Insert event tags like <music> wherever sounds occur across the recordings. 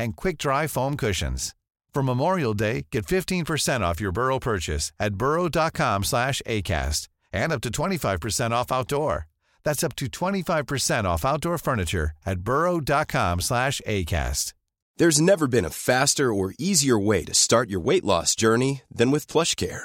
and quick-dry foam cushions. For Memorial Day, get 15% off your Burrow purchase at burrow.com slash ACAST and up to 25% off outdoor. That's up to 25% off outdoor furniture at burrow.com slash ACAST. There's never been a faster or easier way to start your weight loss journey than with PlushCare.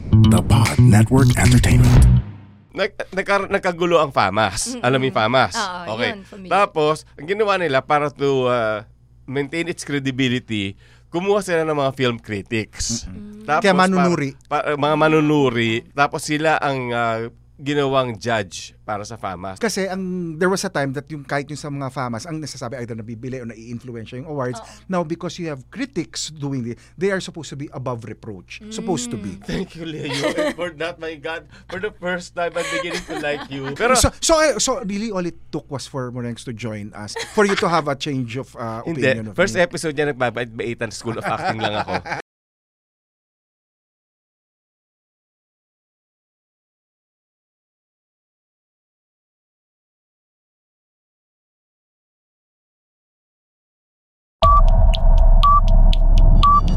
The Pod Network Entertainment. Nag, nagkar- nagkagulo ang FAMAS. Alam mo yung FAMAS? Oo, okay. yun, familiar. Tapos, ang ginawa nila para to uh, maintain its credibility, kumuha sila ng mga film critics. Mm. Tapos, Kaya manunuri. pa- pa- mga manunuri. Tapos sila ang uh, ginawang judge para sa FAMAS. Kasi ang there was a time that yung kahit yung sa mga famas, ang nasasabi either nabibili o nai-influensya yung awards. Now because you have critics doing it, they are supposed to be above reproach. Supposed to be. Thank you, Leo. And for that, my God, for the first time, I'm beginning to like you. Pero, So, so, eh, so really all it took was for Morenx to join us for you to have a change of uh, hindi. opinion of First me. episode niya, nagbabait-baitan. School of Acting lang ako.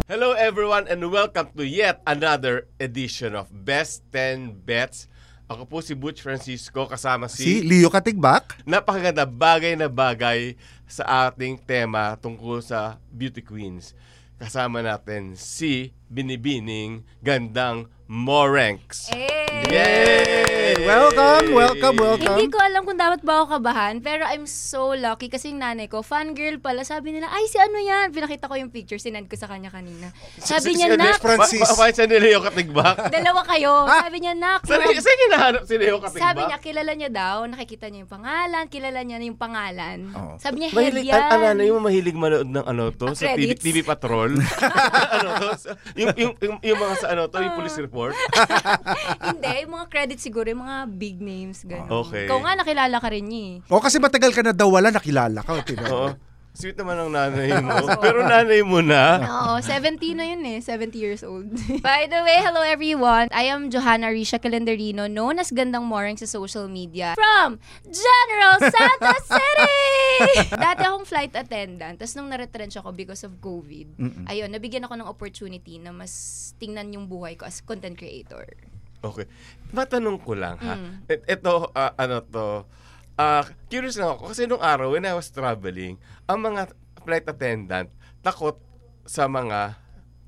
Hello everyone and welcome to yet another edition of Best 10 Bets. Ako po si Butch Francisco kasama si Leo Katigbak. napakaganda bagay na bagay sa ating tema tungkol sa beauty queens. Kasama natin si Binibining Gandang Morenx. Yay! Welcome, welcome, welcome. Hindi ko alam kung dapat ba ako kabahan, pero I'm so lucky kasi yung nanay ko, fangirl pala, sabi nila, ay, si ano yan? Pinakita ko yung picture, sinend ko sa kanya kanina. Si- Sabi si- niya, ano, nak, Fran- Francis. Ma- mapapahit siya ni Leo Katigbak. <laughs> <laughs> dalawa kayo. Sabi niya, nak, Saan mga- saan hinahanap si Leo Katigbak? sabi niya, kilala niya daw, nakikita niya yung pangalan, kilala niya na yung pangalan. Sabi niya, head Oh. Mahilig, yan. an- ano, yung mahilig manood ng ano to Ah, sa TV, credits. TV Patrol. <laughs> ano to? Sa- Yung, yung, yung, yung mga sa ano to, Ah. yung police report. <laughs> Hindi, yung mga credit siguro, yung mga big names. Ganun. Okay. Ikaw nga, nakilala ka rin niya eh. O kasi matagal ka na daw wala nakilala ka. di ba? Oo. Sweet naman ang nanay <laughs> mo. Pero nanay mo na. Oo, 70 na yun eh. 70 years old. <laughs> By the way, hello everyone. I am Johanna Risha Calendarino, known as Gandang Morang sa social media. From General <laughs> Santa City! Dati akong flight attendant. Tapos nung naretrench ako because of COVID, ayun, nabigyan ako ng opportunity na mas tingnan yung buhay ko as content creator. Okay. Matanong ko lang ha. Mm. Et- Ito, ah, ano to, ah, curious lang ako. Kasi nung araw, when I was traveling, ang mga flight attendant, takot sa mga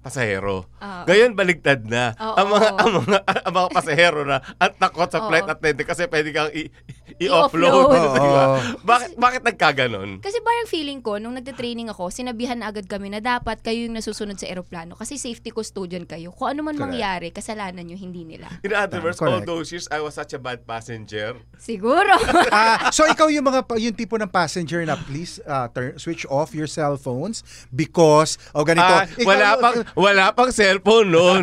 pasahero. Ngayon, baligtad na. Ah. Oo. ang mga ang mga <laughs> ang mga pasahero na ang takot sa flight Oo. attendant kasi pwede kang i- i-offload. I-offload. Diba? Bakit bakit nagkaganon? Kasi parang feeling ko, nung nagte-training ako, sinabihan na agad kami na dapat kayo yung nasusunod sa aeroplano kasi safety custodian kayo. Kung ano man mangyari, kasalanan nyo, hindi nila. In other words, all Correct. those years I was such a bad passenger. Siguro. <laughs> Ah, so ikaw yung mga pa- yung tipo ng passenger na please ah, turn, switch off your cell phones because o ganito. Ah, Ikaw eh, wala yung- pang wala pang cellphone noon.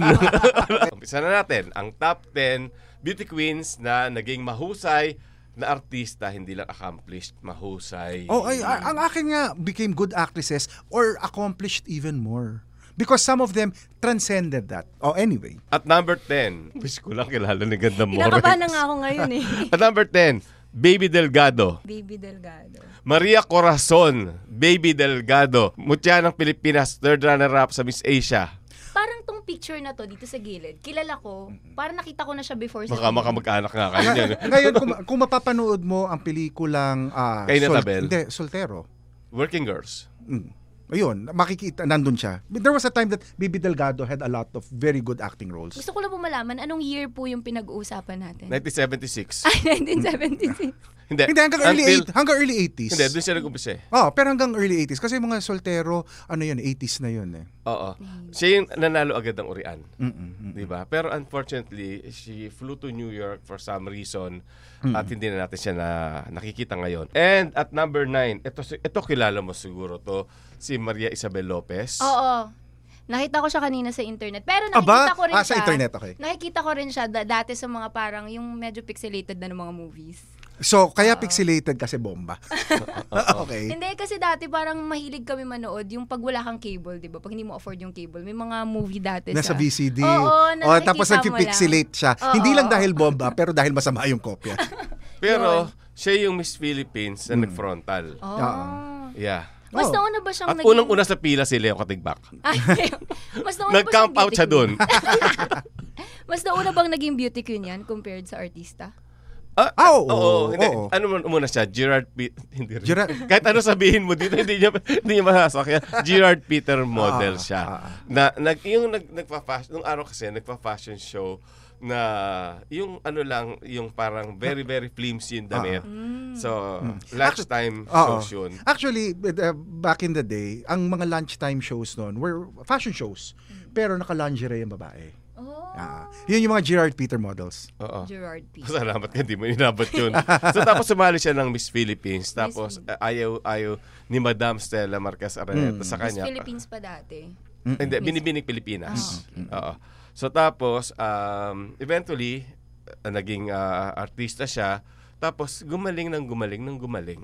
<laughs> Umpisa na natin ang top 10 beauty queens na naging mahusay na artista, hindi lang accomplished, mahusay. Oh, ay, a- ang akin nga became good actresses or accomplished even more. Because some of them transcended that. Oh, anyway. At number <laughs> 10, wish ko lang kilala ni Ganda Morex. Kinakabahan na nga ako ngayon <laughs> eh. At number 10, Baby Delgado. Baby Delgado. Maria Corazon, Baby Delgado. Mutya ng Pilipinas, third runner-up sa Miss Asia. Parang tong picture na to dito sa gilid, kilala ko, parang nakita ko na siya before sa Baka TV. makamag-anak nga kayo niyan. <laughs> Ngayon, kung, kung mapapanood mo ang pelikulang... ah, Kay Sol- Natabel. Hindi, Soltero. Working Girls. Ayun, makikita, nandun siya. There was a time that Bibi Delgado had a lot of very good acting roles. Gusto ko lang po malaman, anong year po yung pinag-uusapan natin? <laughs> 1976. Ay, 1976. Hindi, Hindi, hanggang early, until- eight, hanggang early 80s. Hindi, doon siya nag-umpisa eh. Oh, pero hanggang early 80s. Kasi yung mga soltero, ano yun, 80s na yun eh. Oo. Siya yung nanalo agad ng urian. Di ba? Pero unfortunately, she flew to New York for some reason at hindi na natin siya na nakikita ngayon. And at number nine, ito, si- ito kilala mo siguro to, si Maria Isabel Lopez. Oo. Nakita ko siya kanina sa internet. Pero Aba, nakikita ko rin ah, siya. sa internet, okay. Nakikita ko rin siya da- dati sa mga parang yung medyo pixelated na ng mga movies. So, kaya pixelated kasi bomba. <laughs> okay. Hindi, kasi dati parang mahilig kami manood yung pag wala kang cable, di ba? Pag hindi mo afford yung cable. May mga movie dati Nasa sa... VCD. Oo, na O, Oh, tapos nakikita mo nagpipixelate lang. siya. Oo. Hindi lang dahil bomba, pero dahil masama yung <laughs> kopya. Pero siya yung Miss Philippines na nag-frontal. Oo. Oo. Ah. Yeah. Mas Oo. nauna ba siyang At unang-una sa pila si Leo Katigbak. <laughs> Ay, mas nauna ba Nag-camp siyang out beauty siya queen? doon. mas nauna bang naging beauty queen yan compared sa artista? Ah, Ah, ah, oo, hindi. oo. Ano man muna siya? Gerard Pe- <laughs> hindi rin. Gerard- Kahit ano sabihin mo dito, hindi niya, hindi niya masasakyan. Gerard Peter Ah, model siya. na, nag, yung nag, nagpa-fashion, nung araw kasi, nagpa-fashion show na yung ano lang, yung parang very, very flimsy yung damit. Ah, So, Mm. lunchtime Oo. shows yun. <laughs> Actually, uh, back in the day, ang mga lunchtime shows noon were fashion shows. Mm-hmm. Pero naka-lingerie yung babae. Oh, Ah, yun yung mga Gerard Peter models. Oo. Gerard P. Salamat ka, hindi mo inabot yun. so tapos sumali siya ng Miss Philippines. Tapos uh, ayaw, ayaw ni Madam Stella Marquez Mm. Araneta sa Mas kanya. Philippines pa dati. Hindi, binibining Ah, Pilipinas. Oo. So tapos, um, eventually, uh, naging uh, artista siya. Tapos gumaling ng gumaling ng gumaling.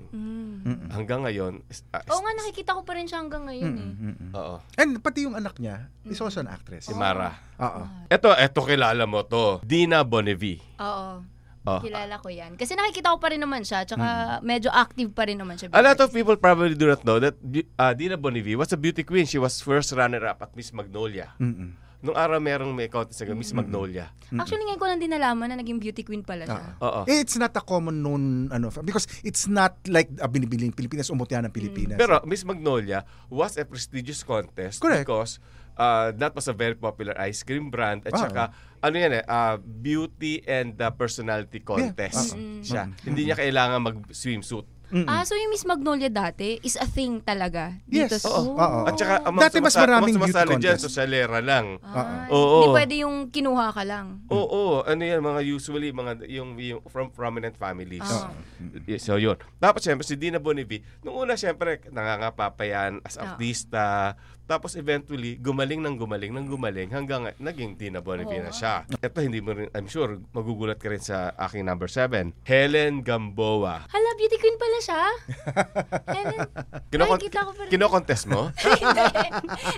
Hanggang ngayon. is- uh, is- Mm. Oo nga, nakikita ko pa rin siya hanggang ngayon eh. Oo. And pati yung anak niya is also an actress. Mm-hmm. Si Ah. Mara. Oo. Eto, eto kilala mo to. Dina Bonevie. Oo. Oh. Kilala ko yan. Kasi nakikita ko pa rin naman siya. Tsaka medyo active pa rin naman siya. A lot Ah, of people probably do not know that Bu- uh, Dina Bonevie was a beauty queen. She was first runner-up at Miss Magnolia. Nung araw merong may contest na Miss Magnolia. Actually, ngayon ko lang din nalaman na naging beauty queen pala siya. Oo. Eh, It's not a common known ano because it's not like ah, binibiling Pilipinas umutya ng Mm. Pilipinas. Pero Miss Magnolia was a prestigious contest Correct. because uh, that was a very popular ice cream brand at Ah. saka ano yan eh uh, beauty and uh, personality Ah, contest siya. Hindi niya kailangan mag-swimsuit. Ah, so yung Miss Magnolia dati is a thing talaga? Dito Yes. sa- Oo. Oh. Oo. At saka ang Dati mas sumasa- ang maraming beauty sumasali dyan, contest. sosyalera lang. Ah, Oo. Hindi pwede yung kinuha ka lang. Oo, ano yan, mga usually, mga yung, yung from prominent families. Ah. Y- So yun. Tapos syempre si Dina Bonivi, nung una syempre nangangapapayan as Ah. artista. Tapos eventually, gumaling ng gumaling ng gumaling hanggang nga- naging Dina Bonivi na siya. Ito hindi mo rin, I'm sure, magugulat ka rin sa aking number 7. Helen Gamboa. Hala, beauty queen pala siya. Helen, Kinokon- nakikita ko pa rin. kinokontest <laughs> mo? Hindi.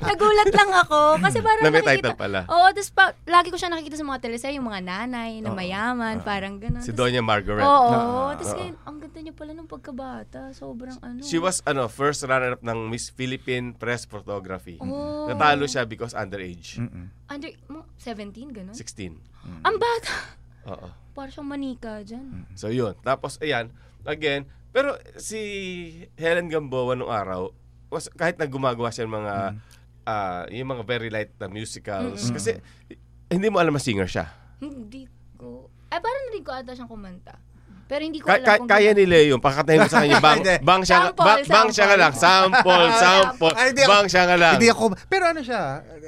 Nagulat lang ako. Kasi parang Na may nakikita- title pala. Oo, tapos pa, lagi ko siya nakikita sa mga teleserye, yung mga nanay na mayaman, parang gano'n. si Tas- Doña Ah, Margaret. Oo, tapos ngayon, ang ganda niya pala nung pagkabata. Sobrang ano. She was ano first runner-up ng Miss Philippine Press Photography. Oh. Natalo siya because underage. Under, mo, 17, gano'n? 16. Ang bata. Oo. Hmm. Parang siyang manika dyan. So yun. Tapos ayan, again, pero si Helen Gamboa nung araw, was, kahit na gumagawa siya ng mga ah, yung mga very light na musicals kasi eh, hindi mo alam na singer siya. Hindi ko. Ay, parang narinig ko ata siyang kumanta. Pero hindi ko Ka- alam ka- kung kaya ni Leo yung pakatayin mo sa kanya bang <laughs> Hindi. bang siya Sample, bang, bang siya ka sample. lang sample sample Ay, hindi ako- bang siya ka lang Hindi ako, pero ano siya,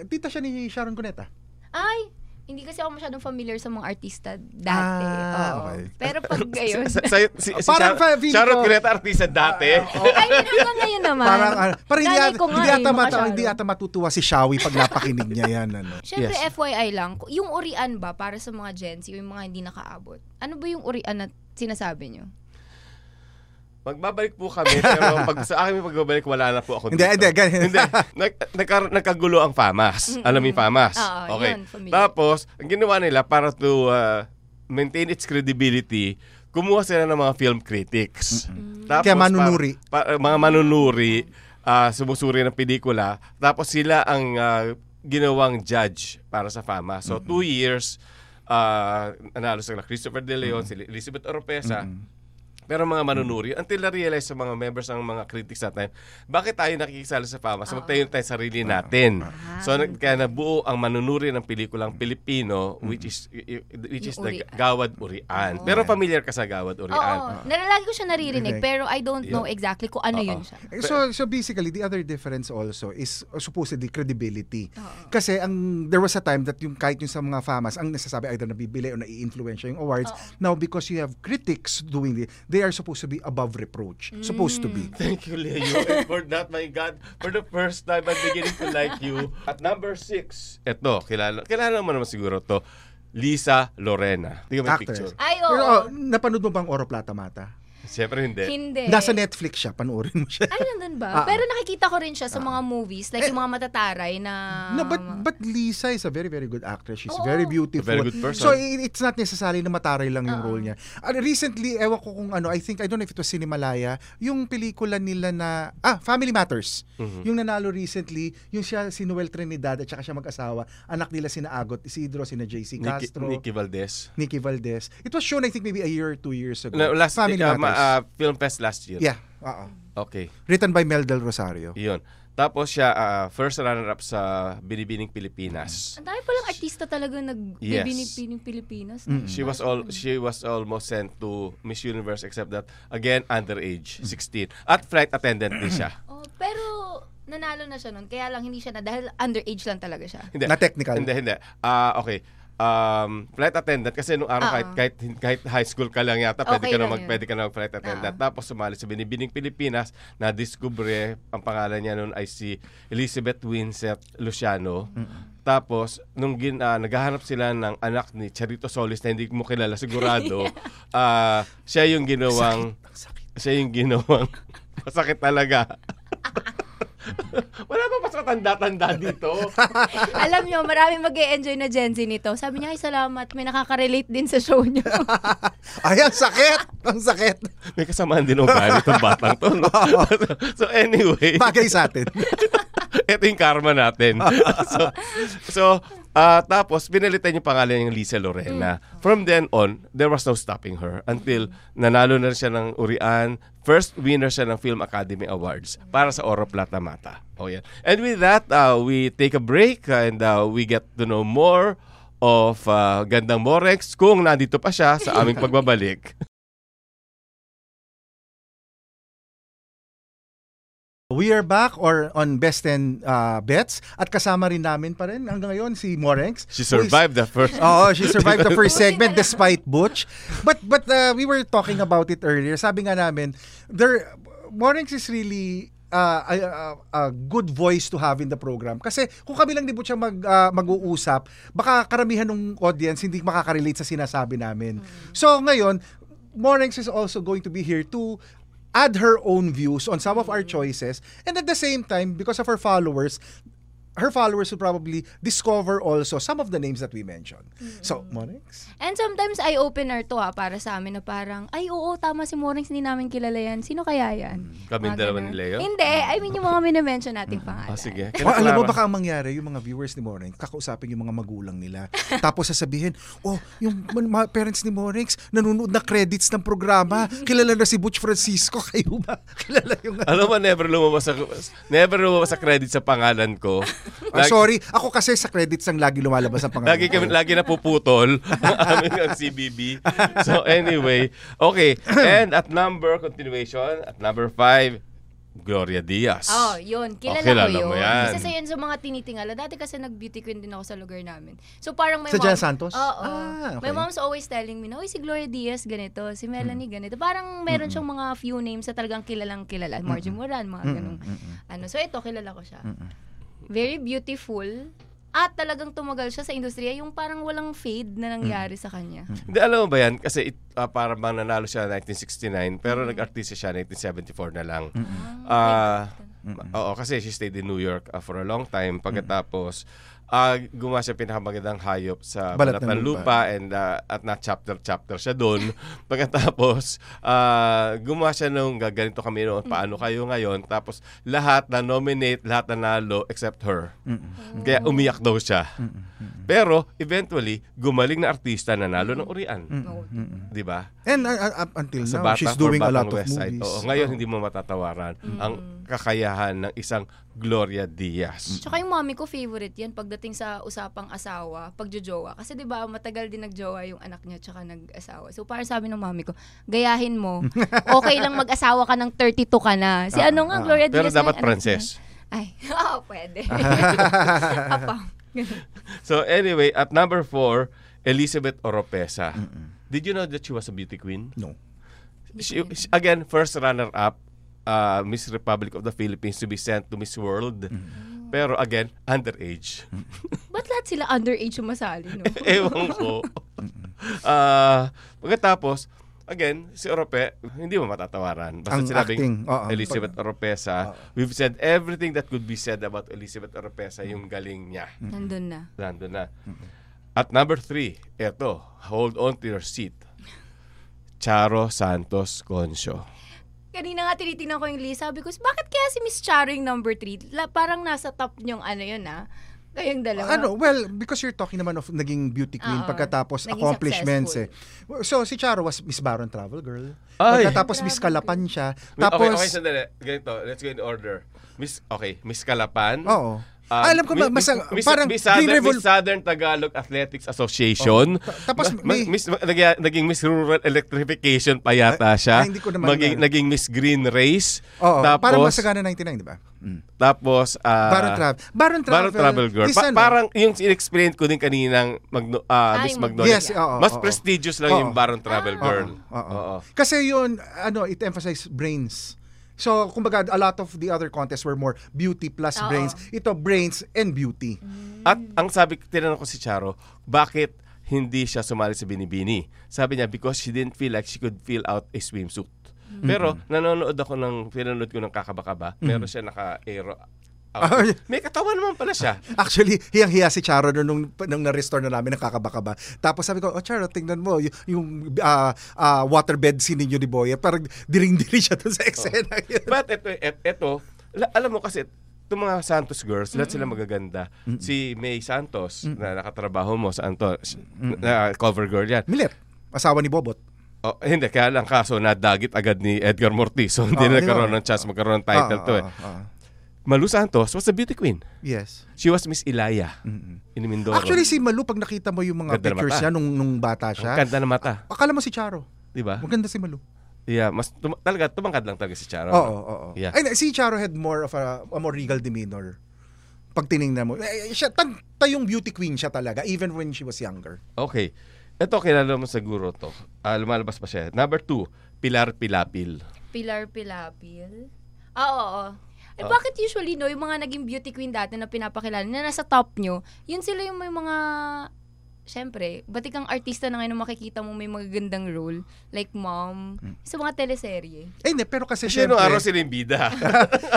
tita siya ni Sharon Cuneta. Ay, hindi kasi ako masyadong familiar sa mga artista dati. Ah, Oo. okay. Pero <laughs> pag ngayon. <laughs> Sa- sa- si, si Parang Ah, Sharon- feeling Sharon ko- Cuneta artista dati. Ay, pero hanggang ngayon naman. Parang, ah, parang hindi, Nanay ata- ano, ko nga hindi, eh, ata mga mata, Sharon. hindi ata matutuwa si Shawi pag napakinig niya yan. <laughs> Ano. Siyempre, Yes. FYI lang, yung urian ba para sa mga Gen Z o yung mga hindi nakaabot? Ano ba yung urian na sinasabi nyo? Magbabalik po kami pero <laughs> pag sa akin may pagbabalik wala na po ako Hindi, dito. hindi, ganun. hindi. Nag, nagkar- nagkagulo ang FAMAS. Alam mo yung FAMAS? Oo, okay. yun, familiar. Tapos, ang ginawa nila para to uh, maintain its credibility, kumuha sila ng mga film critics. Tapos, Kaya manunuri. para- para- mga manunuri, ah, sumusuri ng pelikula. Tapos sila ang ah, ginawang judge para sa fama. So, two uh, years, ah, nanalo sila Christopher De Leon, si Elizabeth Oropesa. Pero Hmm. mga manunuri, until na-realize sa mga members ng mga critics natin, bakit tayo nakikisala sa fama? So, Ah. magtayo tayo sa sarili natin. So, nag- kaya nabuo ang manunuri ng pelikulang Pilipino, which is y- y- which is the Mm. Yung urian. Gawad Urian. Pero familiar ka sa Gawad Oo, oo. Urian. Nalalagi ko siya naririnig, Correct. pero I don't know exactly kung ano yun siya. Eh, So so basically the other difference also is uh, supposedly credibility. Kasi ang there was a time that yung kahit yung sa mga famas ang nasasabi either nabibili o naiinfluensya yung awards. Now because you have critics doing it, they are supposed to be above reproach. Mm. Supposed to be. <laughs> Thank you, Leo. <laughs> And for that, my God, for the first time, I'm beginning to like you. At number six, eto, kilala, kilala mo naman siguro to, Lisa Lorena. Tingnan mo yung picture. Actress. Ay, Pero oo. oh, napanood mo bang Oro Plata Mata? Siyempre hindi. Hindi. Nasa Netflix siya, panoorin mo siya. Ay, nandun Ah. ba? Eh, Pero nakikita ko rin siya sa mga movies, like yung mga matataray na... No, but but Lisa is a very very good actress. She's Oo. very A beautiful. very good person. So i- it's not necessarily na mataray lang yung role niya. Uh, recently, ewan ko kung ano, I think I don't know if it was Cinemalaya, yung pelikula nila na ah Family Matters. Mm-hmm. Yung nanalo recently, yung siya si Noel Trinidad at saka siya mag-asawa, anak nila sina Agot Isidro, sina JC Nikki, Castro, Nikki Nikki, Valdez. Valdez. It was shown I think maybe a year or two years ago. No, last Diba? Family uh, ma- Matters. uh, film fest last year. yeah. oo. Okay. Written by Mel Del Rosario. Yun. Tapos siya ah, first runner-up sa Binibining Pilipinas. Ang dami palang artista talaga nag Yes. binipining Pilipinas. Mm. She was all she was almost sent to Miss Universe except that again underage, 16. At flight attendant din siya. Oh, pero nanalo na siya nun, kaya lang hindi siya na, dahil underage lang talaga <laughs> siya. Hindi. Na technical. Hindi, hindi. Ah, okay. Um, flight attendant kasi nung araw Oo. kahit, kahit kahit high school ka lang yata pwede Okay ka na lang mag yun. pwede ka na mag flight attendant. Tapos sumali sa Binibining Pilipinas na discovery ang pangalan niya noon ay si Elizabeth Winsett Luciano. Tapos nung gin, ah, naghahanap sila ng anak ni Charito Solis na hindi mo kilala <laughs> sigurado, ah, siya yung ginawang siya yung ginawang <laughs> masakit talaga. <laughs> Wala ba mas matanda-tanda <laughs> dito? Alam nyo, marami mag enjoy na Gen Z nito. Sabi niya, ay salamat, may nakaka-relate din sa show <laughs> niyo. Ay, ang sakit! Ang sakit! May kasamaan din ng galit ng batang to. no? so anyway, Bagay sa atin. <laughs> ito yung karma natin. so, so ah, tapos pinalitan yung pangalan ng Lisa Lorena. From then on, there was no stopping her until nanalo na rin siya ng Urian. First winner siya ng Film Academy Awards para sa Oro Plata Mata. Oh, yeah. And with that, ah, we take a break and ah, we get to know more of ah, Gandang Morex kung nandito pa siya sa aming pagbabalik. We are back or on Best 10 uh, Bets at kasama rin namin pa rin hanggang ngayon si Morenx. She who is- survived the first <laughs> Oo, she survived the first Buti na segment lang. despite Butch. But but uh, we were talking about it earlier. Sabi nga namin, there Morenx is really uh, a, a- a good voice to have in the program. Kasi kung kami lang ni Butch ang mag, uh, mag-uusap, baka karamihan ng audience hindi makaka-relate sa sinasabi namin. So ngayon, Morenx is also going to be here to add her own views on some of our choices and at the same time because of her followers her followers will probably discover also some of the names that we mentioned. So, Monix? And sometimes eye-opener to ha, para sa amin na parang, ay oo, tama si Morings, hindi namin kilala yan. Sino kaya yan? Mm. Kami Mga dalawa ganun. ni Leo? Hindi, I mean <laughs> yung mga minimension nating pangalan. Ah, sige. Well, alam mo, Clara. baka ang mangyari, yung mga viewers ni Monix, kakausapin yung mga magulang nila. Tapos sasabihin, oh, yung mga parents ni Monix, nanonood na credits ng programa. Kilala na si Butch Francisco. <laughs> Kayo ba? Kilala yung... ano? Alam mo, never lumabas sa, never lumabas sa credit sa pangalan <laughs> ko. Ah, sorry, ako kasi sa credits ang lagi lumalabas <laughs> ang pangalan. Lagi kami lagi napuputol <laughs> ang aming ang CBB. So anyway, <clears throat> okay. And at number continuation, at number five, Gloria Diaz. Oh, yun. Kilala, Oh, kilala ko yun. mo yan. Isa sa yun sa mga tinitingala. Dati kasi nag-beauty queen din ako sa lugar namin. So parang my Sa mom... Jaya Santos? Oo. Ah, okay. My mom's always telling me, Uy, si Gloria Diaz ganito, si Melanie ganito. Parang meron siyang mga few names na talagang kilalang kilala. Margie Moran, mga ganung ano. So ito, kilala ko siya. Very beautiful. At talagang tumagal siya sa industriya. Yung parang walang fade na nangyari sa kanya. Hindi, alam mo ba yan? Kasi it, ah, parang bang nanalo siya 1969, pero nag-artista siya 1974 na lang. Ah, oo, kasi she stayed in New York ah, for a long time. Pagkatapos, ah, gumawa siya pinakamagandang hayop sa Balat Balat, ng ng Lupa, and, ah, at na-chapter-chapter siya doon. <laughs> Pagkatapos, ah, gumawa siya nung "Ga- ganito kami noon, paano kayo ngayon? Tapos, lahat na-nominate, lahat nanalo, except her. Kaya umiyak daw siya. Pero eventually, gumaling na artista nanalo ng urian. Oo. Di ba? And uh, uh, up until Sa Mm. now, bata she's for doing a Batang lot of West Side. movies. Oh. Oo, ngayon hindi mo matatawaran ang kakayahan ng isang Gloria Mm. Diaz. Tsaka yung mommy ko, favorite yan pagdating sa usapang asawa, pagjojowa. Kasi di ba matagal din nagjowa yung anak niya tsaka nag-asawa. So parang sabi ng mommy ko, gayahin mo. Okay lang mag-asawa ka ng 32 ka na. Si ano nga, Ah, Gloria Pero Diaz na dapat yung anak princess. niya. Ay, <laughs> oo, <laughs> pwede. Apa. So anyway, at number four, Elizabeth Oropesa. Did you know that she was a beauty queen? No. She, she- again, first runner-up, uh, Miss Republic of the Philippines to be sent to Miss World. Mm. Pero again, underage. Ba't lahat sila underage sumasali, no? <laughs> Ewan ko. Ah, pagkatapos, again, si Orope, hindi mo matatawaran. Basta Ang sinabing acting, oo. Elizabeth Oropesa, we've said everything that could be said about Elizabeth Oropesa, yung galing niya. Nandun na. Nandun na. At number three, eto, hold on to your seat. Charo Santos Concho. Kanina nga tinitingnan ko yung list. Sabi ko, bakit kaya si Miss Charo yung number 3? La, parang nasa top niyong ano yun, ah. Kayong dalawa. Ano, well, because you're talking naman of naging beauty queen Oo. pagkatapos Naging accomplishments eh. So si Charo was Miss Baron Travel Girl. Pagkatapos Miss Kalapan siya. Tapos okay, okay, sandali. Ganito, let's go in order. Miss, okay, Miss Kalapan. Oo. Ah, Alam ko ba, Miss- basta Miss, parang Miss Southern, Green Revol- Oh, Miss Southern Tagalog Athletics Association. Ta- tapos Ma- may- Miss, naging, naging Miss Rural Electrification pa yata siya. ay, hindi ko naman Maging- alam. naging Miss Green Race. Oo, tapos, parang Masagana 99, di ba? Tapos, ah, Baron Travel. Baron Travel. Baron Travel Girl. is Pa- ano, parang yung in-explain ko din kaninang Magno, ah, Ay, Miss Magnolia. Yes, oo, Mas oo. prestigious lang Oo. yung Baron Travel Oo, Girl. oo. Oo. Kasi yun, ano, it emphasized brains. So, kumbaga, a lot of the other contests were more beauty plus Ah, Oo. Mm. brains. Ito, brains and beauty. At ang sabi, tinanong ko si Charo, bakit hindi siya sumali sa Binibini? Sabi niya, because she didn't feel like she could fill out a swimsuit. Pero nanonood ako ng, pinanood ko ng kakabakaba, meron siya naka-aero. outfit. May katawan naman pala siya. Actually, hiyang-hiya si Charo nun nung, nung na-restore na namin ng kakabakaba. Tapos sabi ko, oh Charo, tingnan mo, y- yung ah, ah, waterbed scene ninyo ni Boya, parang diring-diri siya dun sa eksena. yun. Oh. But eto, et- eto, la- alam mo kasi, itong mga Santos girls, lahat sila magaganda. Si May Santos, na nakatrabaho mo sa Antos, na cover girl yan. Milet, asawa ni Bobot. Oh, hindi, kaya lang kaso nadagit agad ni Edgar Mortiz. So, <laughs> hindi Ah, na di ba? nagkaroon ng chance magkaroon ng title Ah, to eh. ah, ah. Malu Santos was a beauty queen. Yes. She was Miss Ilaya in Mindoro. Actually, si Malu, pag nakita mo yung Ganda mga ng pictures mata. niya nung, nung bata siya, Ang ganda Ah. ng mata, akala mo si Charo. di ba? Maganda si Malu. Yeah, mas tum- talaga tumangkad lang talaga si Charo. Oo, oo, oo. Ah. Yeah. Ay, si Charo had more of a, a more regal demeanor. Pag tiningnan mo. Eh, siya, tan- tayong beauty queen siya talaga, even when she was younger. Okay. Ito, kilala mo siguro to. Ah, lumalabas pa siya. Number two, Pilar Pilapil. Pilar Pilapil. Ah, Oo, oo. Ah. Eh, bakit usually, no, yung mga naging beauty queen dati na pinapakilala, na nasa top nyo, yun sila yung may mga, syempre, batik ang artista na ngayon na makikita mo may magagandang role, like mom, Hmm. sa mga teleserye. Eh, hindi, pero kasi Kasi nung syempre- araw sila yung <laughs> bida.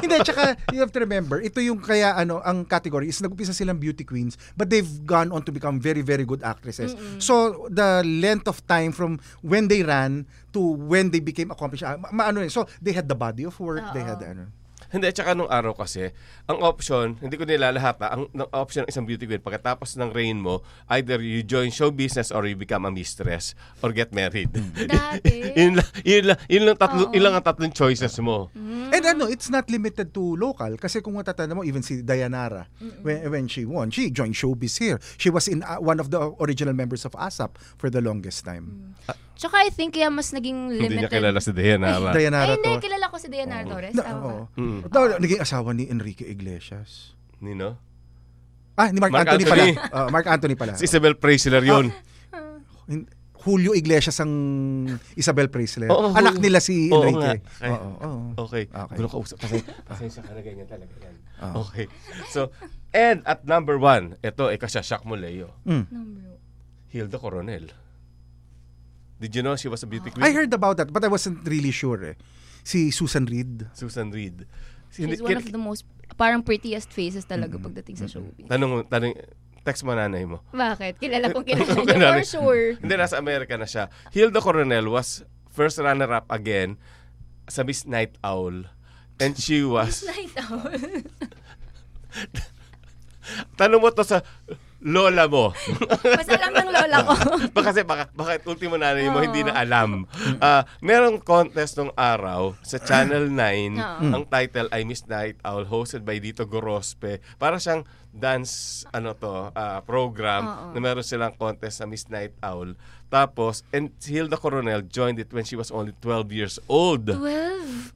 hindi, tsaka you have to remember, ito yung kaya ano, ang category is nag-upisa silang beauty queens but they've gone on to become very, very good actresses. So, the length of time from when they ran to when they became accomplished, ah, ma- maano yun. So, they had the body of work, they had ano. Hindi, tsaka nung araw kasi, ang option, hindi ko nila lahat, ha, ang, ang option ng isang beauty queen, pagkatapos ng reign mo, either you join show business or you become a mistress or get married. <laughs> Dati. yun, lang- yun, lang- yun, lang tatlo, yun lang ang tatlong choices mo. Mm. And ano, it's not limited to local kasi kung matatanda mo, even si Dayanara, when, when she won, she joined showbiz here. She was in ah, one of the original members of ASAP for the longest time. Mm. Tsaka I think kaya mas naging limited. Hindi niya kilala si Diana. Ay, Dayanara hindi, to. kilala Ah, ko si Diana Torres. Na, tama ba? oo. Tapos, Naging asawa ni Enrique Iglesias. Nino? Ah, ni Mark, Mark Anthony, Anthony. pala. Ah, Mark Anthony pala. Si Isabel Preisler yun. Hin- Julio Iglesias ang Isabel Preisler. Oo, Anak Julio. nila si Oo nga. Enrique. Ay. Oo, oo. Okay. Okay. Gulo ka usap. Pasensya, pasensya ka na ganyan talaga yan. Okay. So, and at number one, ito, eh, kasya-shock mo, Leo. Number one. Hilda Coronel. Did you know she was a beauty queen? I heard about that but I wasn't really sure eh. Si Susan Reed. Susan Reed. She's one of the most, parang prettiest faces talaga Mm-hmm. pagdating sa showbiz. Tanong, tanong, text mo nanay mo. Bakit? Kilala <laughs> kong kilala niya for sure. Hindi, nasa Amerika na siya. Hilda Coronel was first runner-up again sa Miss Night Owl. And <laughs> she oh. was... Night out. Tanong mo to sa lola mo. Mas alam ng lola ko. <laughs> Ba- kasi baka, bakit ultimo nanay mo hindi na alam. Ah, merong contest nung araw sa Channel 9. Oo. Ang title ay Miss Night Owl hosted by Dito Gorospe. Para siyang dance ano to ah, program Oo. na meron silang contest sa Miss Night Owl. Tapos, and Hilda Coronel joined it when she was only 12 years old. Hmm.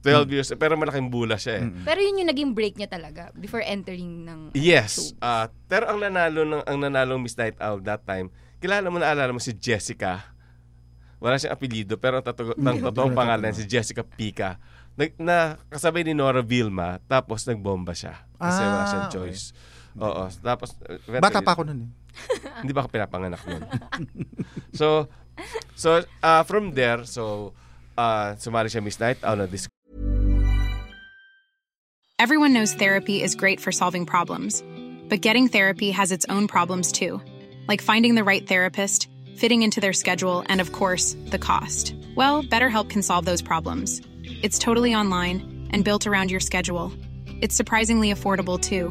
12. 12 years, pero malaking bula siya eh. Pero yun yung naging break niya talaga before entering ng... Yes. ah pero ang nanalo ng ang nanalong Miss Night Owl that time, kilala mo na alala mo si Jessica. Wala siyang apelyido pero ang, tatog- ang totoong pangalan si Jessica Pica. Nag, na kasabay ni Nora Vilma tapos nagbomba siya kasi wala Ah, siyang okay. choice. Oo, tapos Bata pa ako nun eh. Hindi ba ako pinapanganak nun? <laughs> so so ah, from there so ah, sumali siya Miss Night Owl na this Everyone knows therapy is great for solving problems, but getting therapy has its own problems too, like finding the right therapist, fitting into their schedule, and of course, the cost. Well, BetterHelp can solve those problems. It's totally online and built around your schedule. It's surprisingly affordable too.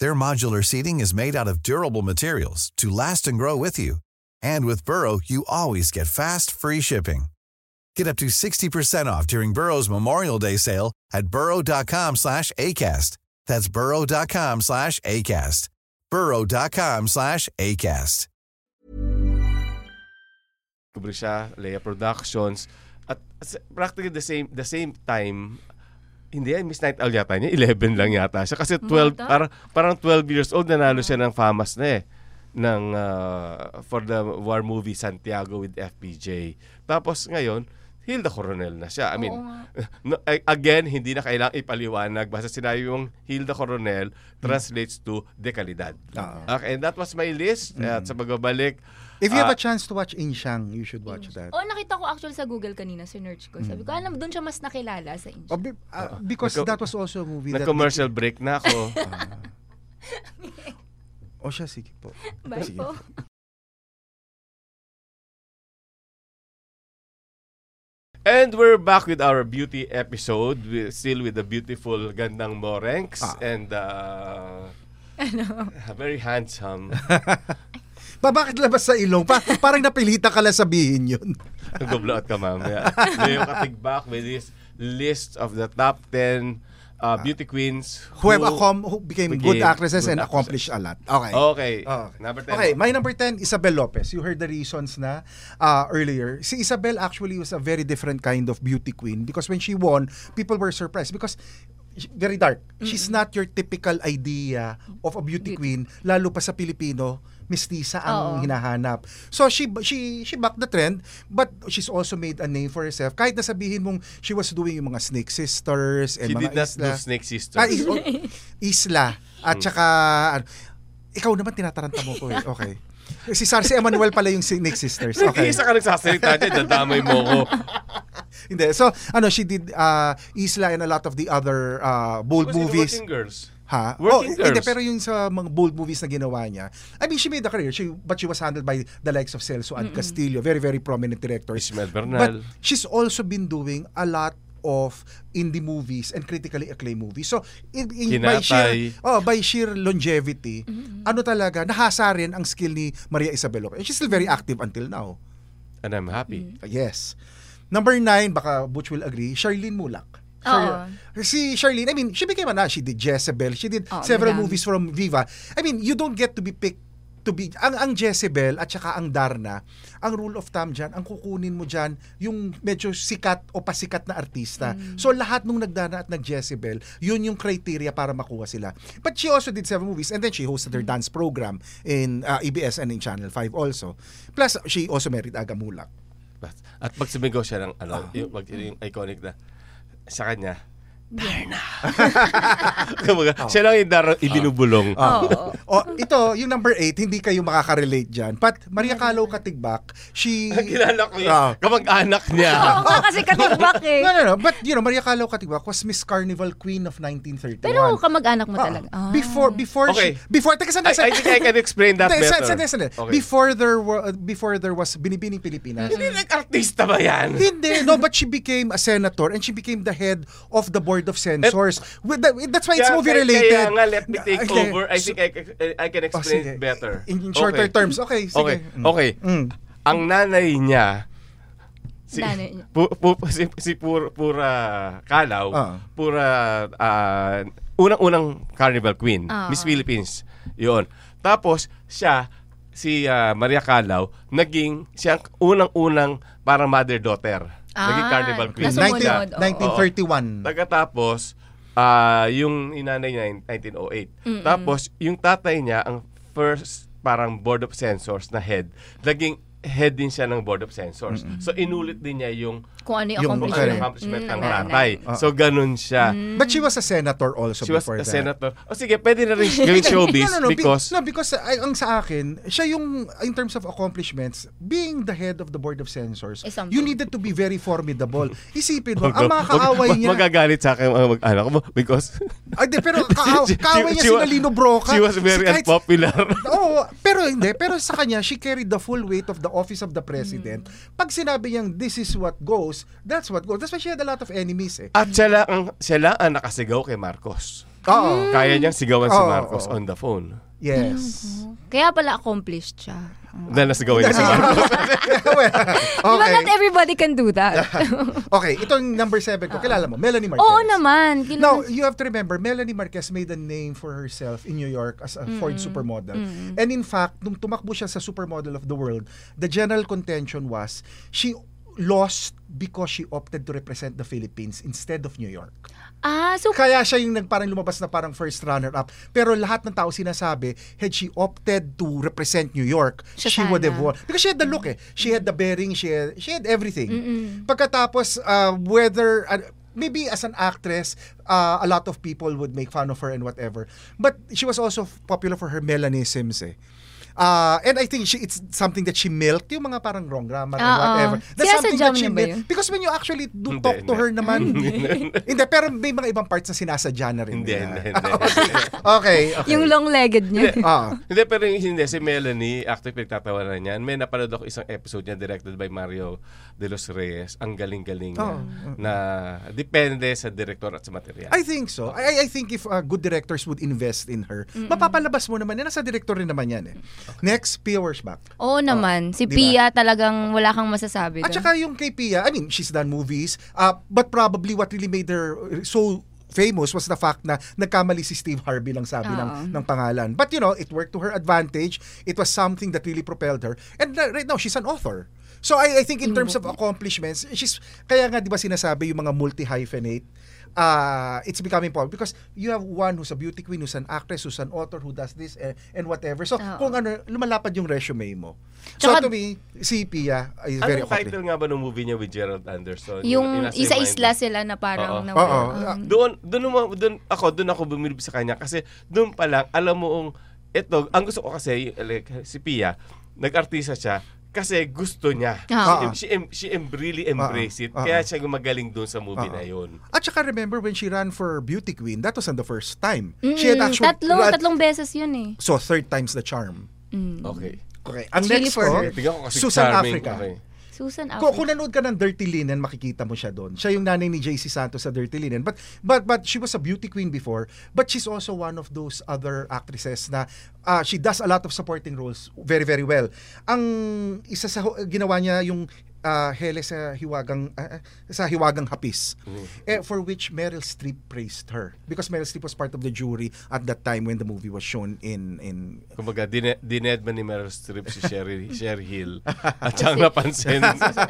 Their modular seating is made out of durable materials to last and grow with you. And with Burrow, you always get fast, free shipping. Get up to 60% off during Burrow's Memorial Day sale at burrow.com slash ACAST. That's burrow.com slash ACAST. burrow.com slash ACAST. Kubrick siya, Leia Productions. At s- practically the same the same time, hindi yan, Miss Night Owl yata niya. 11 lang yata siya. Kasi 12, Bata. parang, parang 12 years old, nanalo siya Ah. ng FAMAS na eh. Ng, ah, for the war movie Santiago with FPJ. Tapos ngayon, Hilda Coronel na siya. I mean, Oo nga. <laughs> no, a- again, hindi na kailangang ipaliwanag. Basta sinabi yung Hilda Coronel translates to dekalidad. Okay, and that was my list. At sa pagbabalik, If you ah, have a chance to watch Inshang, you should watch that. Hmm. Oh, nakita ko actually sa Google kanina, sinerch ko. Sabi ko, alam, doon siya mas nakilala sa Oh, Insta. be- ah, because Nagko- that was also a movie that... Ah. Nag-commercial break na ako. O Oh, siya, sige po. <laughs> Bye Sige. <laughs> po. And we're back with our beauty episode. We're still with the beautiful Gandang Morenx Ah. and uh, very <laughs> handsome. Ba, bakit labas sa ilong? Pa- parang napilita ka lang sabihin <laughs> yun. Nag-blowout ka mamaya. Ngayon katigbak with this list of the top 10 uh, beauty queens Ah. Who, have accom- who became, good became actresses good Oh, and accomplished a lot. Okay. Okay. Okay. Number 10. Okay, my number 10, Isabel Lopez. You heard the reasons na uh, earlier. Si Isabel actually was a very different kind of beauty queen because when she won, people were surprised because sh- very dark. She's not your typical idea of a beauty queen, lalo pa sa Pilipino, mestiza ang Oo. hinahanap. So she she she backed the trend, but she's also made a name for herself. Kahit na sabihin mong she was doing yung mga Snake Sisters and She did mga not isla. do Snake Sisters. Ah, is- oh, isla. At saka, ano, ikaw naman tinataranta mo ko eh. Okay. Si Sarsi Emanuel pala yung Nick Sisters. Okay. Isa ka nagsasalita dyan, dadamay mo ko. Hindi. So, ano, she did uh, Isla and a lot of the other uh, bold Kasi movies. Working girls. Ha? Working oh, hindi, girls. pero yung sa mga bold movies na ginawa niya, I mean, she made a career, she, but she was handled by the likes of Celso and Castillo, very, very prominent directors. Ismael But Bernal. she's also been doing a lot of indie movies and critically acclaimed movies. So, in, in, by, sheer, Kinatay. oh, by sheer longevity, ano talaga, nahasa rin ang skill ni Maria Isabel Lopez. And she's still very active until now. And I'm happy. Mm. Uh, Yes. Number nine, baka Butch will agree, Charlene Mulak. Oo. Si Charlene, I mean, she became an, she did Jezebel, she did Oo, several madami. movies from Viva. I mean, you don't get to be picked to be ang ang Jezebel at saka ang Darna, ang rule of thumb diyan, ang kukunin mo diyan yung medyo sikat o pasikat na artista. Mm. So lahat nung nagdarna at nag-Jezebel, yun yung criteria para makuha sila. But she also did seven movies and then she hosted her Mm. dance program in uh, EBS and in Channel 5 also. Plus she also married Aga Mulak. But- At pag sumigaw siya ng Ah. ano, yung, pag, yung iconic na sa kanya, <laughs> Darna. Kumbaga, siya lang yung Darna ibinubulong. Oh. ito, yung number 8, hindi kayo makaka-relate dyan. But Maria Callo Katigbak, she... <laughs> <laughs> Kilala ko yun. Ah. Kamag-anak niya. <laughs> Oh, Oo nga kasi katigbak eh. No, no, no. But, you know, Maria Callo Katigbak was Miss Carnival Queen of 1931. Pero kamag-anak mo talaga. Ah. Before, before Okay. she... Before, teka, sandali, I- I think I can explain that Teka, better. sandali, sandali. Okay. Before there were, before there was Binibining Pilipinas, Mm-hmm. Hindi nag-artista Hmm. ba yan? Hindi, no, but she became a senator and she became the head of the board of censors. With the- that's why it's Kaya- movie kaya- related. Ah, Kaya nga, let me take Okay. over. I think I, I- I can Oh, explain sige. better. In, in shorter Okay. terms. Okay, sige. Okay, Mm. okay. Mm. Ang nanay niya, si, Nanay niya. Pu- pu- si, si Pur- Pura Kalaw, Ah. Pura, ah, unang-unang Carnival Queen, Ah. Miss Philippines, yun. Tapos, siya, si ah, Maria Kalaw, naging, siya ang unang-unang para mother-daughter. naging Ah, Carnival Queen. nasumunod. siya. 19- 1931. Pagkatapos, ah yung inanay niya in 1908. Tapos, yung tatay niya, ang first parang board of censors na head, naging head din siya ng board of censors. So, inulit din niya yung Kung ano yung Yung- kung accomplishment. ano Correct. yung accomplishment ng Mm-hmm. Mm, nanay. tatay. So, ganun siya. But she was a senator also She was a before that. <laughs> senator. O sige, pwede na rin gawing showbiz no, no, no, be- because... no, because uh, ang sa akin, siya yung in terms of accomplishments, being the head of the board of censors, Is something. you needed to be very formidable. Isipin mo, Huwag daw. ang mga Huwag- kaaway mag- niya, Magagalit sa akin ang mag-anak mo because... Ay, di, <laughs> pero kaaw- She- kaaway niya she si wa- Nalino Broca. She was very Si kahit- unpopular. <laughs> <laughs> Oo, pero hindi. Pero sa kanya, she carried the full weight of the office of the president. Pag sinabi niyang, this is what goes, that's what goes. That's why she had a lot of enemies eh. At siya lang, ang, siya lang ang nakasigaw kay Marcos. Oo. Kaya niyang sigawan si Oo, Marcos oo. on the phone. Yes. Kaya pala accomplished siya. Dahil nasigawin <laughs> niya si Marcos. <laughs> Well, Di ba okay. not everybody can do <laughs> that? Okay, itong number seven ko. Kilala mo, Melanie Marquez. Oo naman. Now, Kilala- you have to remember, Melanie Marquez made a name for herself in New York as a Ford supermodel. And in fact, nung tumakbo siya sa Supermodel of the World, the general contention was she lost because she opted to represent the Philippines instead of New York. Ah, so Kaya siya yung nagparang lumabas na parang first runner-up. Pero lahat ng tao sinasabi, had she opted to represent New York, Siya she would sana. Mm. have won. Because she had the look eh. She had the bearing, she had, she had everything. Pagkatapos, uh, whether... uh, Maybe as an actress, uh, a lot of people would make fun of her and whatever. But she was also f- popular for her melanisms eh. Uh, and I think she, it's something that she milked, yung mga parang wrong grammar and Oo. whatever. That's something Sinasadyang that she niya ano ba yun? milked. Because when you actually do Hindi, talk to hindi. her <laughs> naman, hindi, pero may mga ibang parts na sinasadya na rin. Hindi, nila. <laughs> hindi, hindi. okay, okay. yung long-legged niya. Ah. Hindi, pero yung- hindi. Si Melanie, actually pinagtatawanan niya. May napanood ako isang episode niya directed by Mario de los Reyes. Ang galing-galing niya. Oo. Na depende sa director at sa material. I think so. I, I think if uh, good directors would invest in her, mapapalabas mo naman yan. Nasa director rin naman yan eh. Next, Pia Wurschbach. <laughs> Oo naman. Si Oh. di ba? Pia talagang wala kang masasabi. At doon. saka yung kay Pia, I mean, she's done movies, uh, but probably what really made her uh, so famous was the fact na nagkamali si Steve Harvey lang sabi ng, ng pangalan. But you know, it worked to her advantage. It was something that really propelled her. And uh, right now, she's an author. So I, I think in terms of Mm-hmm. accomplishments, she's kaya nga 'di ba sinasabi yung mga multi-hyphenate uh, it's becoming popular because you have one who's a beauty queen, who's an actress, who's an author, who does this eh, and, whatever. So Oo. kung ano, lumalapad yung resume mo. so Tsaka- to me, si Pia is Ano very yung okay. title nga ba ng movie niya with Gerald Anderson? yung nasa isa-isla Reminder? sila na parang Oo. na Oo. Um, Mm. doon doon uma- doon ako doon ako bumilib sa kanya kasi doon pa lang alam mo ang ito ang gusto ko kasi like, si Pia nag-artista siya kasi gusto niya. Ah. She, she, em- she em- really embrace it. Ah, ah. Kaya siya gumagaling doon sa movie na yun. At saka remember when she ran for Beauty Queen, that was on the first time. She had actually Hmm, tatlo, run- tatlong beses yun eh. So third time's the charm. Mm. Okay. Okay. Ang Really next for ko, her. Tingnan ko kasi Susan charming. Africa. Okay. Susan Kung, kung Africa. nanood ka ng Dirty Linen, makikita mo siya doon. Siya yung nanay ni JC Santos sa Dirty Linen. But, but, but she was a beauty queen before, but she's also one of those other actresses na ah, she does a lot of supporting roles very, very well. Ang isa sa ho- ginawa niya yung ah, hele sa hiwagang ah, ah, sa hiwagang hapis. Eh, for which Meryl Streep praised her because Meryl Streep was part of the jury at that time when the movie was shown in in Kumbaga, dine- dined man ni Meryl Streep si <laughs> Sherry, Sherry Hill. At siyang napansin. Oo.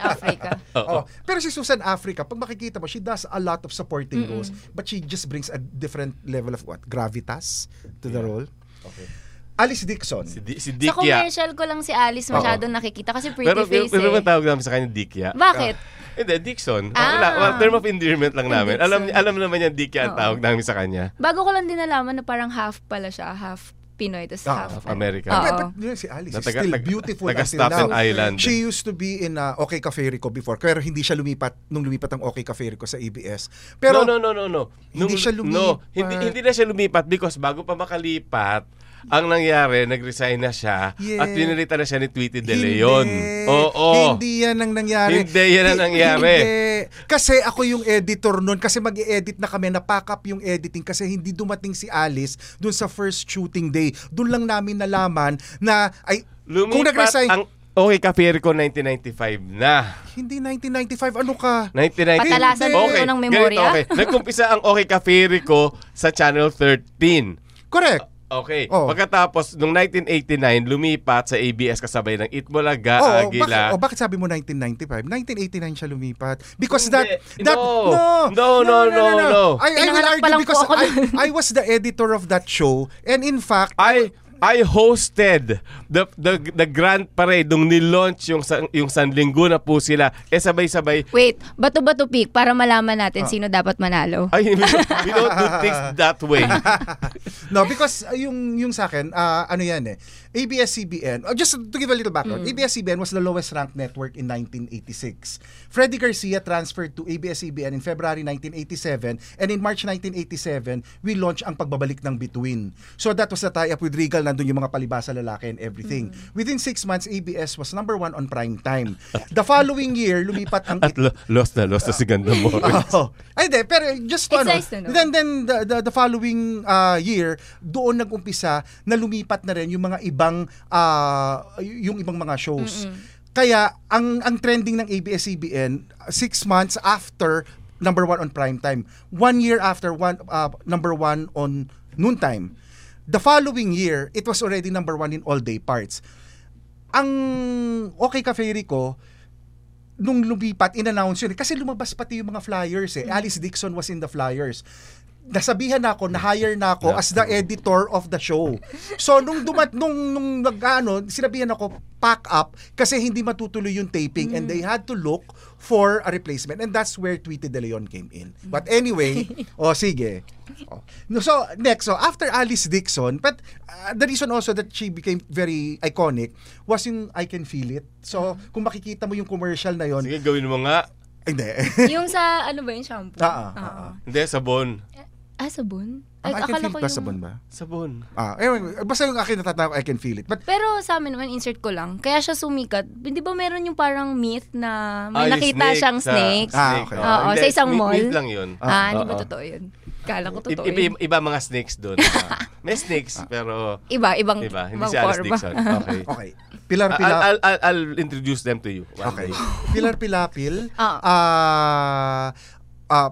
<laughs> Oo. Oh, Pero si Susan Africa, pag makikita mo, she does a lot of supporting Mm-mm. roles. But she just brings a different level of what? Gravitas to the role. Okay. Alice Dixon. Si, si Sa commercial ko lang si Alice masyado Oo. nakikita kasi pretty Pero, pero, face pero eh. ang tawag namin sa kanya, Dikya. Bakit? Ah, Hindi, Dixon. Ah. Wala, wala, term of endearment lang namin. Dixon. Alam alam naman niya, Dikya ang Oo. tawag namin sa kanya. Bago ko lang din nalaman na parang half pala siya, half Pinoy, tas Ah, half... half American. Oo. But, but yun, si Alice Na is taga- still taga- beautiful taga until Staten now. Island. She used to be in uh, OK Cafe Rico before. Pero hindi siya lumipat nung lumipat ang OK Cafe Rico sa ABS. Pero no, no, no, no, no. Hindi siya No, lumipat. hindi, hindi na siya lumipat because bago pa makalipat, ang nangyari, nag-resign na siya Yeah. at pinilitan na siya ni Tweety De Leon. Oo. Hindi yan ang nangyari. Hindi yan ang Hi- nangyari. hindi. Kasi ako yung editor nun. Kasi mag edit na kami. Napack up yung editing. Kasi hindi dumating si Alice dun sa first shooting day. Dun lang namin nalaman na ay, kung Lumipat nag-resign, ang Okay Cafe Rico 1995 na. hindi 1995. Ano ka? 1990. Patalasan ko okay. ng ganito, memorya. okay. Nagkumpisa ang Okay Cafe ko sa Channel 13. Correct. Okay. Oh. Pagkatapos, noong 1989, lumipat sa ABS kasabay ng Itbulaga, Oo, bakit, Agila. oh, bakit sabi mo 1995? 1989 siya lumipat. Because that, Hindi. that No. No, no, no, no. I, I will Pinanganak pa argue lang po because ako I, nun. I was the editor of that show. And in fact, I I hosted the the the grand parade nung nilaunch yung sa- yung Sanlinggo na po sila. Eh sabay-sabay Wait, bato-bato pick para malaman Ah. natin sino dapat manalo. Ay, <laughs> we don't, we don't do things that way. <laughs> No, because uh, yung yung sa akin, ah, ano yan eh. ABS-CBN, uh, just to give a little background, Mm. ABS-CBN was the lowest ranked network in 1986. Freddy Garcia transferred to ABS-CBN in February 1987 and in March 1987, we launched ang pagbabalik ng Between. So that was the tie-up with Regal, nandun yung mga palibasa lalaki and everything. Within six months, ABS was number one on prime time. The following year, lumipat ang At lo- lost na, lost na si Ganda mo. Oo. Oh. Ay, hindi. Pero just to It's ano. nice to know. Then, then the, the, the following uh, year, doon nag-umpisa na lumipat na rin yung mga ibang, uh, y- yung ibang mga shows. Mm-mm. Kaya, ang, ang trending ng ABS-CBN, six months after number one on prime time. One year after one uh, number one on noontime. The following year, it was already number one in all day parts. Ang Okay Cafe Rico, nung lumipat, in-announce yun. Kasi lumabas pati yung mga flyers eh. Alice Dixon was in the flyers. Nasabihan na ako, na-hire na ako as the editor of the show. So, nung dumat, nung, nung nag-ano, sinabihan ako, pack up kasi hindi matutuloy yung taping and they had to look for a replacement. And that's where Tweety De Leon came in. But <laughs> anyway, oh sige. Oh. No, So, next. So, after Alice Dixon, but uh, the reason also that she became very iconic was yung I Can Feel It. So, kung makikita mo yung commercial na yon Sige, gawin mo nga. Hindi. <laughs> yung sa, ano ba yung shampoo? <laughs> Ah, ah, Oo. Hindi, sabon. Ah, sabon? Ang I Can Feel akala ko It ba yung- sabon ba? Sabon. Ah, anyway, basta yung akin natatawag, I Can Feel It. But Pero sa amin naman, insert ko lang. Kaya siya sumikat. Hindi ba meron yung parang myth na Ah, may yung nakita snake siyang sa- snake? Ah, okay. Oo, Hindi, sa isang myth- mall. myth lang yun. Ah, hindi ba Oo. totoo yun? Kala ko I- totoo iba, yun. iba mga snakes <laughs> doon. Ah, May snakes, pero... Iba, ibang- Iba, hindi ibang si Alice forma. Dixon. <laughs> Okay. <laughs> Okay. Pilar, I'll- pilar. I'll, I'll, I'll introduce them to you. one Okay. day. <laughs> Pilar Pilapil. Ah. ah, ah,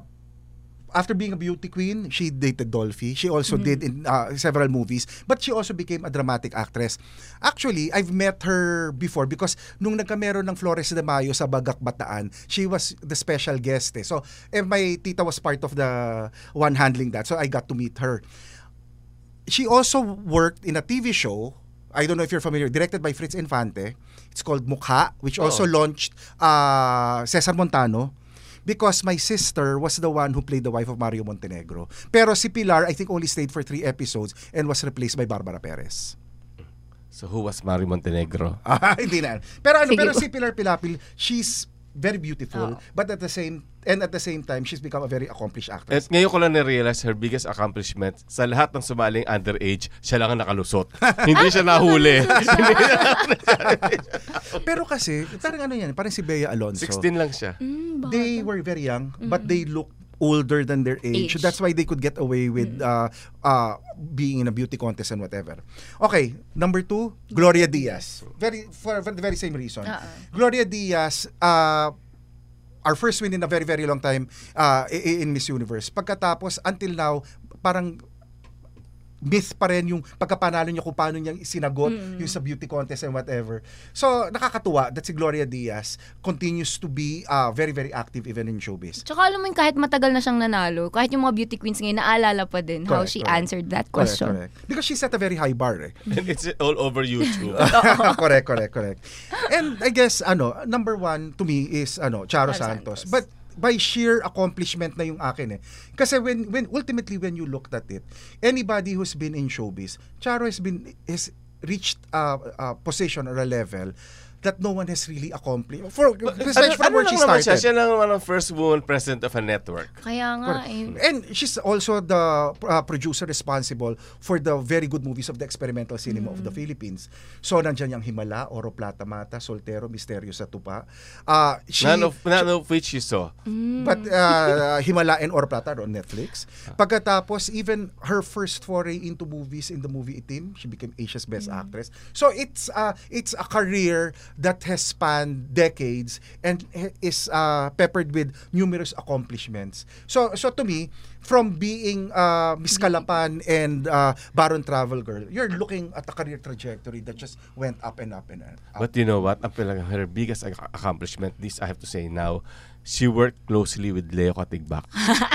after being a beauty queen, she dated Dolphy. She also Mhm. did in ah, several movies, but she also became a dramatic actress. Actually, I've met her before because nung nagkameron ng Flores de Mayo sa Bagak Bataan, she was the special guest. Eh. So, eh, my tita was part of the one handling that. So, I got to meet her. she also worked in a TV show. I don't know if you're familiar, directed by Fritz Infante. It's called Mukha, which also Oh. launched uh, Cesar Montano because my sister was the one who played the wife of Mario Montenegro. Pero si Pilar, I think, only stayed for three episodes and was replaced by Barbara Perez. <laughs> So who was Mari Montenegro? Ah, hindi na. Pero ano, Sige Oh. pero po. si Pilar Pilapil, she's very beautiful, but at the same and at the same time, she's become a very accomplished actress. At ngayon ko lang na-realize her biggest accomplishment sa lahat ng sumaling underage, siya lang ang <laughs> nakalusot. Hindi siya nahuli. Pero kasi, parang ano yan, parang si Bea Alonso. 16 lang siya. they were very young, but they looked older than their Age. age. That's why they could get away with uh, uh, being in a beauty contest and whatever. Okay, number two, Gloria Diaz. Very for, for the very same reason. Uh-uh. Gloria Diaz, uh, our first win in a very very long time uh, i- i- in Miss Universe. Pagkatapos until now, parang myth pa rin yung pagkapanalo niya kung paano niya sinagot Mm. yung sa beauty contest and whatever. So, nakakatuwa that si Gloria Diaz continues to be uh, very, very active even in showbiz. <laughs> Tsaka alam mo yun, kahit matagal na siyang nanalo, kahit yung mga beauty queens ngayon, naalala pa din how Correct, she correct. answered that Correct, question. correct. Because she set a very high bar eh. And it's all over <laughs> YouTube. <laughs> correct, correct, correct. And I guess ano, number one to me is ano, Charo Charo Santos. But by sheer accomplishment na yung akin eh. Kasi when when ultimately when you looked at it, anybody who's been in showbiz, Charo has been has reached a, a position or a level that no one has really accomplished. For besides from where ano, lang she naman Siya? started. siya lang naman ang first woman president of a network. Kaya nga Correct. eh. And she's also the uh, producer responsible for the very good movies of the experimental cinema of the Philippines. So nandiyan yung Himala, Oro Plata Mata, Soltero, Misteryo sa Tupa. Uh, she, Mm. none, of, none of which you saw. But uh, Himala and Oro Plata are on Netflix. Pagkatapos, even her first foray into movies in the movie Itim, she became Asia's Best Actress. So it's uh, it's a career that has spanned decades and h- is uh, peppered with numerous accomplishments. So so to me, from being uh, Miss Calapan and uh, Baron Travel Girl, you're looking at a career trajectory that just went up and up and up. But you know what? Ang pinag- her biggest ac- accomplishment, this I have to say now, she worked closely with Leo Katigbak.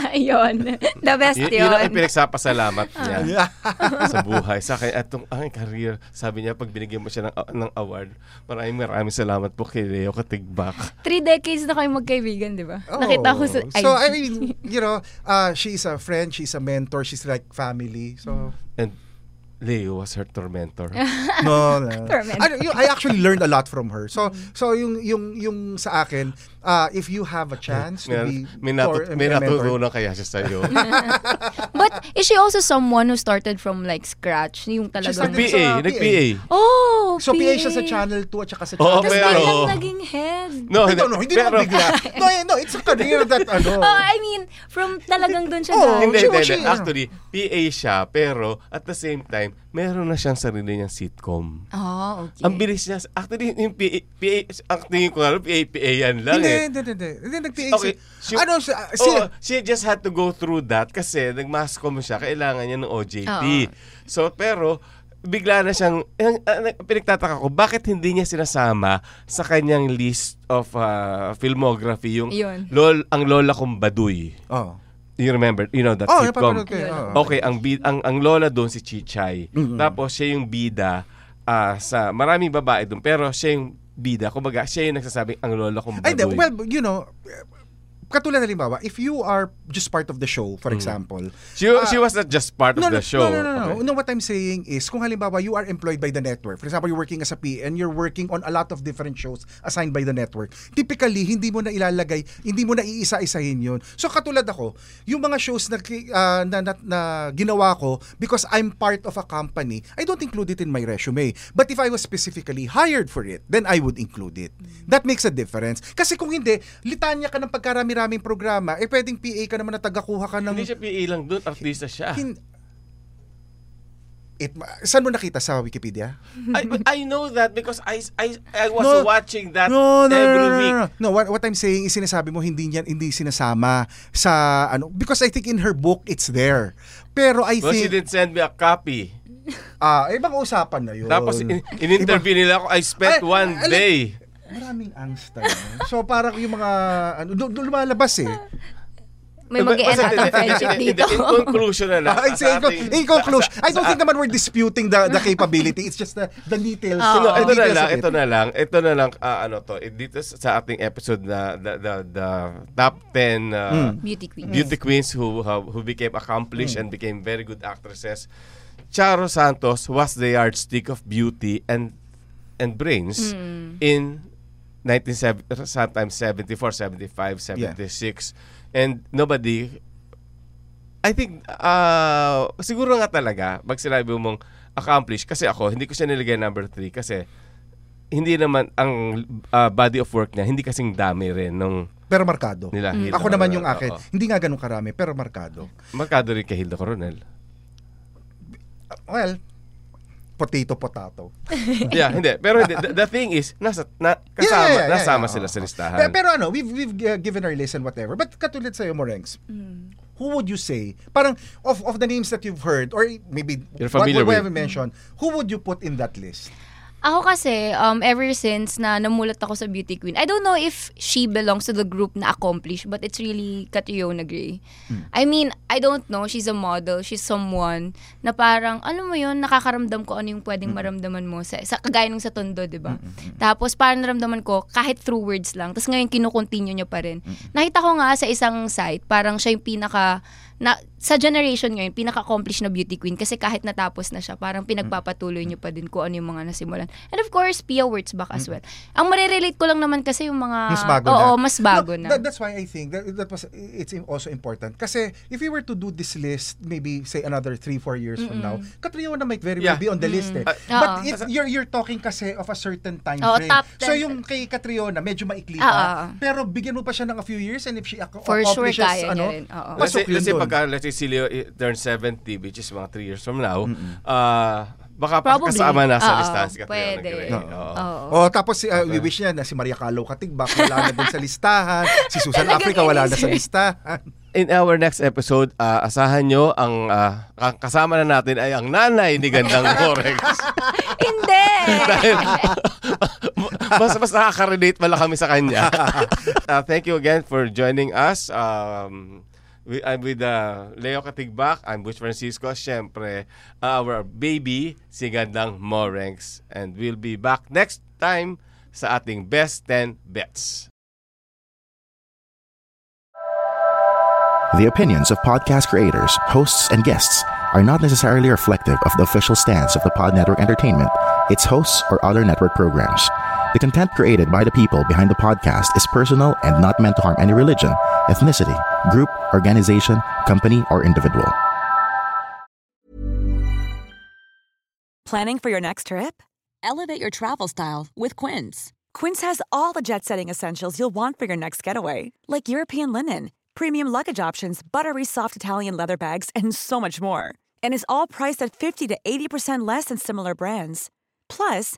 eh, <laughs> Ayun. The best Y- yun yun. ang pinagpapasalamat niya Ah. sa buhay. Sa akin, at tong aking career, sabi niya, pag binigyan mo siya ng, ng award, maraming maraming salamat po kay Leo Katigbak. Three decades na kayo magkaibigan, di ba? Oo. Nakita ko sa Oh, So IG. I mean, you know, uh, she's a friend, she's a mentor, she's like family. Mm. So And Leo was her tormentor. <laughs> no, no. Tormentor. Ano, yun, I actually learned a lot from her. Mm. So so yung yung yung sa akin, uh, if you have a chance to May, be may, tor- natu- may a mentor- natutunan kaya siya <laughs> sa'yo. But is she also someone who started from like scratch? Yung She talaga. started PA, sa nag-PA. Oh, So PA siya PA. sa Channel 2 at saka sa Oo, Channel pero- five. Biglang naging head. No, I don't know, hindi naman <laughs> bigla. No, eh, no, it's a career <laughs> that ano. Oh, I mean, from talagang doon siya Oh, oh, hindi, hindi, hindi. Actually, PA siya, pero at the same time, meron na siyang sarili niyang sitcom. Oh, okay. Ang bilis niya. Actually, yung PA, PA ang tingin ko nga, PA, PA yan lang Hindi, eh. hindi, hindi. Hindi nag-PA Okay. siya. Ano, si, si, Oo, she just had to go through that kasi nag-mascom siya. Kailangan niya ng OJT. Oo. So, pero bigla na siyang, ang, ang- ang pinagtataka ko, bakit hindi niya sinasama sa kanyang list of ah, filmography yung Yun. lol, ang lola kong baduy. Oh. You remember, you know that Oh, sitcom. napapanood ko yun. Ayun. Okay, ang, bid, ang, ang lola doon si Chichay. Mhm. Tapos siya yung bida ah, sa maraming babae doon. Pero siya yung bida. Kumbaga, siya yung nagsasabing ang lola kong baduy. Ay, hindi. Well, you know, katulad halimbawa, if you are just part of the show, for example, She, she was not just part of Ah. no, no, the show. No, no, no, no. Okay. No, what I'm saying is, kung halimbawa you are employed by the network, for example, you're working as a PA and you're working on a lot of different shows assigned by the network, typically, hindi mo na ilalagay, hindi mo na iisa-isahin yun. So, katulad ako, yung mga shows na, ki- ah, na, na, na ginawa ko because I'm part of a company, I don't include it in my resume. But if I was specifically hired for it, then I would include it. Mm. That makes a difference. Kasi kung hindi, litanya ka ng pagkarami-raming programa, eh pwedeng PA ka naman na tagakuha ka ng... Hindi siya PA lang doon, artista siya. Hin- it, ma- saan mo nakita sa Wikipedia? I, but I know that because I I I was No. watching that No, no, every no, no, week. no, no. No, what, what I'm saying is sinasabi mo hindi niyan hindi sinasama sa ano because I think in her book it's there. Pero I But she think didn't send me a copy. ah ibang usapan na 'yun. Tapos in, in-interview nila ako, I spent Oh. Ay, one alam- day. Maraming angst ano. So parang yung mga ano du- du- lumalabas eh. May mag end Basta- out ng <laughs> friendship in- in- dito. In conclusion na lang. Ah, it's- in, sa ating- in conclusion, sa- sa- I don't think naman we're disputing the the capability. It's just the the details. Ito, the Ah, ito na details lang, of it. ito na lang, ito na lang, ah, ano to, eh, dito sa sa ating episode na the, the, the top 10 ah, Hmm. Mm. Beauty queens. beauty queens who have- who became accomplished and became very good actresses. Charo Santos was the yardstick of beauty and and brains Mm. in 1970 sometimes 74, 75, 76 and nobody I think, ah, siguro nga talaga, pag sinabi mong accomplish, kasi ako, hindi ko siya nilagay number 3 uh, kasi hindi naman ang ah, body of work niya, hindi kasing dami rin nung Pero markado. Nila Hilda Ako naman Coronel, yung akin. oo. Hindi nga ganun karami, pero markado. Magkado rin kay Hilda Coronel. Well, potato potato. <laughs> yeah, hindi. Pero hindi. the, the thing is, nasa, na, kasama, yeah, yeah, yeah, nasama yeah. sila sa listahan. Pero, pero ano, we've, we've uh, given our list and whatever. But katulad sa'yo, Morengs, who would you say, parang of of the names that you've heard, or maybe You're familiar what, what we with. haven't mentioned, who would you put in that list? Ako kasi, um, ever since na namulat ako sa Beauty Queen, I don't know if she belongs to the group na accomplished, but it's really Catriona Gray. Hmm. I mean, I don't know. She's a model. She's someone na parang, alam mo yun, nakakaramdam ko ano Hmm. yung pwedeng maramdaman mo. Sa, sa, kagaya nung sa Tondo, di ba? Tapos parang naramdaman ko, kahit through words lang. Tapos ngayon, kinukontinue niya pa rin. Hmm, Nakita ko nga sa isang site, parang siya yung pinaka na, sa generation ngayon, pinaka-accomplish na beauty queen kasi kahit natapos na siya, parang Mm. pinagpapatuloy niyo pa din kung ano yung mga nasimulan. And of course, Pia Wurtzbach as well. Ang marirelate ko lang naman kasi yung Mm. mga... mas bago na. Ah, oo, mas bago No, na. that- that's why I think that, that was it's also important. Kasi if we were to do this list maybe say another three, four years from now, Catriona might very well Yeah. be on the list eh. Uh, But Oo. it's, you're you're talking kasi of a certain time Oo, frame. top So 10. yung kay Catriona medyo maikli Oo. pa. Pero bigyan mo pa siya ng a few years and if she ac- For sure, accomplishes kaya niya ano, rin. Oo. Kasi, pasok yun kasi doon. pagka, let's say, Silio eh, turns 70, which is mga 3 years from now, ah, baka pa- Probably. kasama Ah, na sa Oo, listahan si Katrina pwede. Gray. Oo. Oo. Oo. Oh, tapos si uh, we wish niya na si Maria Calo Katigbak wala na din sa listahan, si Susan Talagang Africa wala na sa inisip. listahan. In our next episode, ah, asahan nyo ang ah, ka- kasama na natin ay ang nanay ni Gandang <laughs> Forex. Hindi! <laughs> <laughs> Dahil mas, mas nakaka-relate pala kami sa kanya. Ah, thank you again for joining us. Um, we, I'm with ah, Leo Katigbak. I'm Butch Francisco. Siyempre, uh, our baby, si Gandang Morenx. And we'll be back next time sa ating Best 10 Bets. The opinions of podcast creators, hosts, and guests are not necessarily reflective of the official stance of the Pod Network Entertainment, its hosts, or other network programs. The content created by the people behind the podcast is personal and not meant to harm any religion, ethnicity, group, organization, company, or individual. Planning for your next trip? Elevate your travel style with Quince. Quince has all the jet setting essentials you'll want for your next getaway, like European linen, premium luggage options, buttery soft Italian leather bags, and so much more. And is all priced at 50 to 80% less than similar brands. Plus,